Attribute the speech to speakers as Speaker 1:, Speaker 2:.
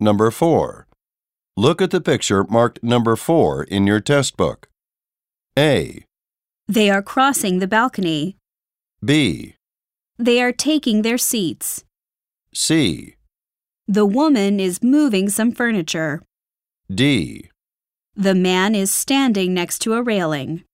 Speaker 1: Number 4. Look at the picture marked number 4 in your test book. A,
Speaker 2: They are crossing the balcony.
Speaker 1: B,
Speaker 2: They are taking their seats.
Speaker 1: C,
Speaker 2: The woman is moving some furniture.
Speaker 1: D.
Speaker 2: The man is standing next to a railing.